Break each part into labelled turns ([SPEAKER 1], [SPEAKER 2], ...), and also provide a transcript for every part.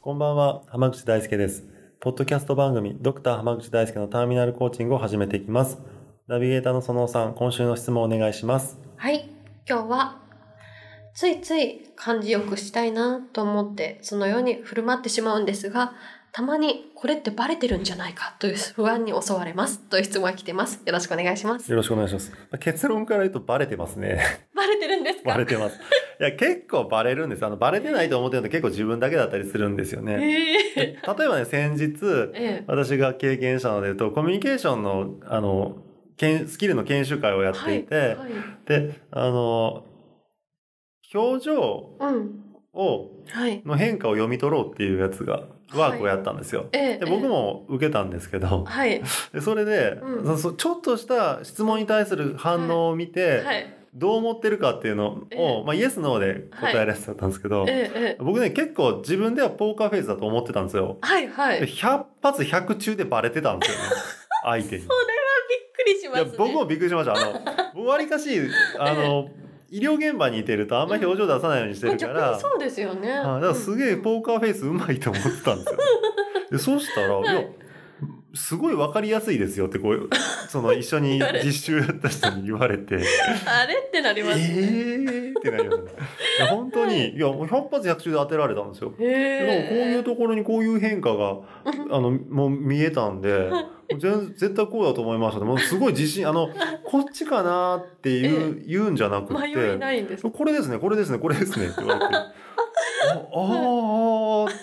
[SPEAKER 1] こんばんは、浜口大輔です。ポッドキャスト番組、ドクター浜口大輔のターミナルコーチングを始めていきます。ナビゲーターのそのおさん、今週の質問をお願いします。
[SPEAKER 2] はい、今日はついつい感じよくしたいなと思ってそのように振る舞ってしまうんですがたまにこれってバレてるんじゃないかという不安に襲われますという質問が来てますよろしくお願いします
[SPEAKER 1] よろしくお願いします。結論から言うとバレてますね。
[SPEAKER 2] バレてるんです
[SPEAKER 1] バ
[SPEAKER 2] か
[SPEAKER 1] レてます。いや、結構バレるんです。あの、バレてないと思ってるの結構自分だけだったりするんですよ
[SPEAKER 2] え
[SPEAKER 1] ね。 例えばね、先日、
[SPEAKER 2] ええ
[SPEAKER 1] 私が経験したので言うと、コミュニケーションの、あの、研スキルの研修会をやっていて、
[SPEAKER 2] はい、
[SPEAKER 1] で、あの、表情
[SPEAKER 2] うん
[SPEAKER 1] を
[SPEAKER 2] はい
[SPEAKER 1] の変化を読み取ろうっていうやつがワークをやったんですよ。
[SPEAKER 2] ええ
[SPEAKER 1] で僕
[SPEAKER 2] え
[SPEAKER 1] も受けたんですけど
[SPEAKER 2] え、はい
[SPEAKER 1] で それで、
[SPEAKER 2] うん
[SPEAKER 1] そそちょっとした質問に対する反応を見て、
[SPEAKER 2] はい
[SPEAKER 1] どう思ってるかっていうのを、
[SPEAKER 2] ええ
[SPEAKER 1] まあ、イエス・ノーで答えられてたんですけど、
[SPEAKER 2] ええええ
[SPEAKER 1] 僕ね結構自分ではポーカーフェイスだと思ってたんですよ。
[SPEAKER 2] はいはい
[SPEAKER 1] で100発100中でバレてたんですよ ね相手に。
[SPEAKER 2] それはびっくりし
[SPEAKER 1] い
[SPEAKER 2] ます
[SPEAKER 1] や
[SPEAKER 2] ね
[SPEAKER 1] 僕もびっくりしました。あの 僕わりかしあの、医療現場にいてるとあんまり表情出さないようにして
[SPEAKER 2] まあ
[SPEAKER 1] るか
[SPEAKER 2] 逆
[SPEAKER 1] ら。
[SPEAKER 2] にそうですよね
[SPEAKER 1] はいだからすげえポーカーフェイスうまいと思ってたん ですよ。でそうしたら、い、
[SPEAKER 2] い
[SPEAKER 1] やすごいわかりやすいですよってこ うその一緒に実習やった人に言われて
[SPEAKER 2] うんあれって
[SPEAKER 1] 「
[SPEAKER 2] な
[SPEAKER 1] え
[SPEAKER 2] りますね
[SPEAKER 1] ー!」ってなりましたねいや本当に、い、やもう100発100中で当てられたんですよ。
[SPEAKER 2] え
[SPEAKER 1] でもこういうところにこういう変化があのもう見えたん で全絶対こうだと思いましたねもうすごい自信あのこっちかなっていう、言うんじゃなくって
[SPEAKER 2] 迷いないんです
[SPEAKER 1] これですね、これですね、これですねって言われて。ああーっ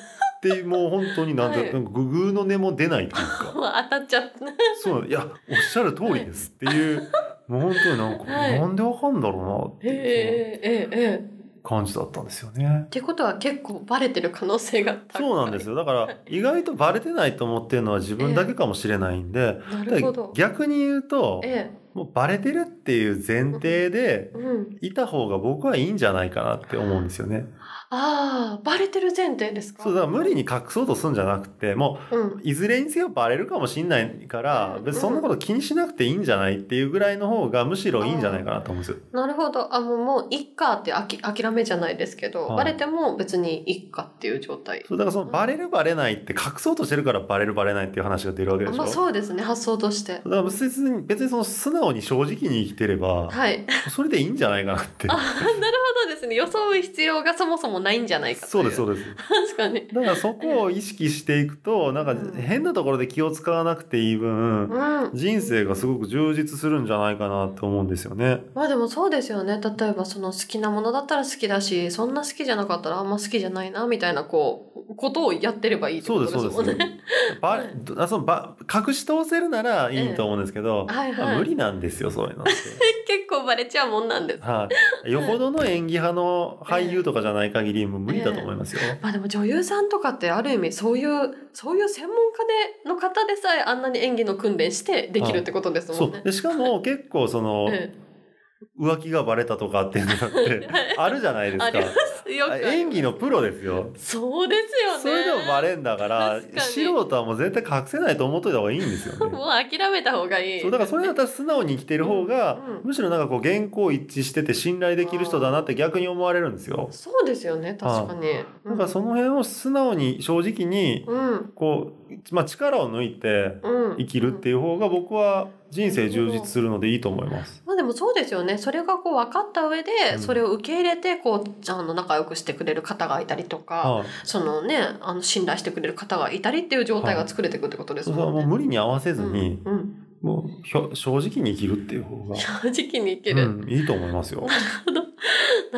[SPEAKER 1] てもう本当になんだ、
[SPEAKER 2] はい
[SPEAKER 1] なんかググーの根も出ないっていうか
[SPEAKER 2] もう当たっちゃった
[SPEAKER 1] そうなんいやおっしゃる通りですっていう、もう本当になんか、
[SPEAKER 2] はい
[SPEAKER 1] なんでわかんだろうなっていう
[SPEAKER 2] ええええええ
[SPEAKER 1] 感じだったんですよね
[SPEAKER 2] っ。てことは結構バレてる可能性が高い
[SPEAKER 1] そうなんですよだから意外とバレてないと思ってるのは自分だけかもしれないんで、
[SPEAKER 2] なるほど
[SPEAKER 1] 逆に言うと
[SPEAKER 2] え
[SPEAKER 1] もうバレてるっていう前提で
[SPEAKER 2] えうん、
[SPEAKER 1] いた方が僕はいいんじゃないかなって思うんですよね。
[SPEAKER 2] ああバレてる前提ですか
[SPEAKER 1] そうだから無理に隠そうとするんじゃなくても
[SPEAKER 2] うん、
[SPEAKER 1] いずれにせよバレるかもしんないから
[SPEAKER 2] うん
[SPEAKER 1] 別にそんなこと気にしなくていいんじゃないっていうぐらいの方がむしろいいんじゃないかなと思うんですよ。
[SPEAKER 2] なるほどあもうもういっかってあき諦めじゃないですけど、
[SPEAKER 1] はい
[SPEAKER 2] バレても別にいっかっていう状態
[SPEAKER 1] そうだからそのバレるバレないって隠そうとしてるからバレるバレないっていう話が出るわけで
[SPEAKER 2] あ
[SPEAKER 1] しょ。
[SPEAKER 2] まあそうですね発想として
[SPEAKER 1] だから別に別にその素直に正直に生きてれば
[SPEAKER 2] はい
[SPEAKER 1] それでいいんじゃないかなって
[SPEAKER 2] あ。なるほどですね装う必要がそもそもないんじゃないかと
[SPEAKER 1] そうです
[SPEAKER 2] う
[SPEAKER 1] そうです。
[SPEAKER 2] 確かに
[SPEAKER 1] だからそこを意識していくとなんか
[SPEAKER 2] うん
[SPEAKER 1] 変なところで気を使わなくていい分
[SPEAKER 2] うん
[SPEAKER 1] 人生がすごく充実するんじゃないかなと思うんですよね。
[SPEAKER 2] まあでもそうですよね例えばその好きなものだったら好きだしそんな好きじゃなかったらあんま好きじゃないなみたいなこうことをやってればいいって
[SPEAKER 1] そ
[SPEAKER 2] こ
[SPEAKER 1] う
[SPEAKER 2] と
[SPEAKER 1] ですそう
[SPEAKER 2] もん
[SPEAKER 1] です
[SPEAKER 2] ね。
[SPEAKER 1] ば、
[SPEAKER 2] はい
[SPEAKER 1] あそのば隠し通せるならいいと思うんですけど、
[SPEAKER 2] ええはいはい
[SPEAKER 1] まあ無理なんですよそういうのって。
[SPEAKER 2] 結構バレちゃうもんなんです。
[SPEAKER 1] はい、よほどの演技派の俳優とかじゃない限りもう無理だと思いますよ。
[SPEAKER 2] まあでも女優さんとかってある意味そういうそういう専門家での方でさえあんなに演技の訓練してできるってことです
[SPEAKER 1] そ
[SPEAKER 2] もんね
[SPEAKER 1] う。でしかも結構その
[SPEAKER 2] え
[SPEAKER 1] 浮気がバレたとかっていうのだっ
[SPEAKER 2] え
[SPEAKER 1] てあるじゃないです
[SPEAKER 2] ありま
[SPEAKER 1] か。
[SPEAKER 2] すよくあります
[SPEAKER 1] 演技のプロですよ。
[SPEAKER 2] そうですよね。
[SPEAKER 1] それでもバレんだから
[SPEAKER 2] 確かに
[SPEAKER 1] 素人はもう絶対隠せないと思っといた方がいいんですよね。
[SPEAKER 2] もう諦めた方がいい。
[SPEAKER 1] そうだからそれだったら素直に生きてる方が、
[SPEAKER 2] うんうん
[SPEAKER 1] むしろなんかこう原稿一致してて信頼できる人だなって逆に思われるんですよ。
[SPEAKER 2] そうですよね確かに。
[SPEAKER 1] なんかその辺を素直に正直に
[SPEAKER 2] うん
[SPEAKER 1] こう、まあ、力を抜いて
[SPEAKER 2] うん
[SPEAKER 1] 生きるっていう方が僕は人生充実するのでいいと思います。
[SPEAKER 2] まあでもそうですよね。それがこう分かった上で、
[SPEAKER 1] うん
[SPEAKER 2] それを受け入れて、こう、あの、仲良くしてくれる方がいたりとか、
[SPEAKER 1] はい、
[SPEAKER 2] そのね、あの、信頼してくれる方がいたりっていう状態が作れていくってことです
[SPEAKER 1] そうそう
[SPEAKER 2] もん
[SPEAKER 1] もう
[SPEAKER 2] ね。
[SPEAKER 1] 無理に合わせずに、
[SPEAKER 2] うんうん
[SPEAKER 1] もうひょ正直に生きるっていう方が、
[SPEAKER 2] 正直に生きる、
[SPEAKER 1] うん、いいと思いますよ。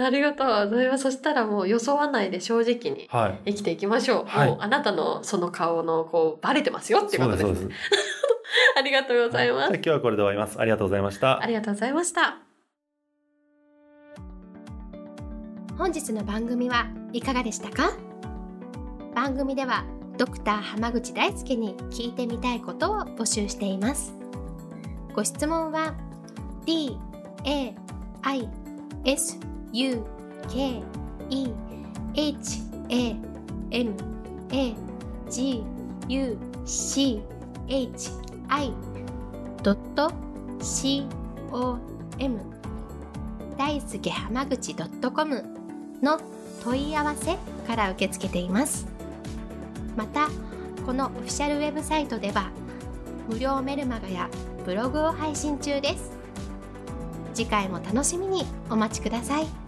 [SPEAKER 2] ありがとうございます。そしたらもう、よそわないで正直に
[SPEAKER 1] はい。
[SPEAKER 2] 生きていきましょう。
[SPEAKER 1] はい
[SPEAKER 2] もう、あなたのその顔の、こう、バレてますよっていう
[SPEAKER 1] そ
[SPEAKER 2] こ
[SPEAKER 1] うで
[SPEAKER 2] とですす。
[SPEAKER 1] そうです。
[SPEAKER 2] ありがとうござい
[SPEAKER 1] は
[SPEAKER 2] ま
[SPEAKER 1] い
[SPEAKER 2] す。
[SPEAKER 1] じゃあ今日はこれで終わります。ありがとうございました
[SPEAKER 2] あ。りがとうございました。
[SPEAKER 3] 本日の番組はいかがでしたか番組ではドクター濱口大輔に聞いてみたいことを募集していますご質問は d a i s u k e h a m a g u c h i c o m 大輔濱口 .com の問い合わせから受け付けていますまたこのオフィシャルウェブサイトでは無料メルマガやブログを配信中です次回も楽しみにお待ちください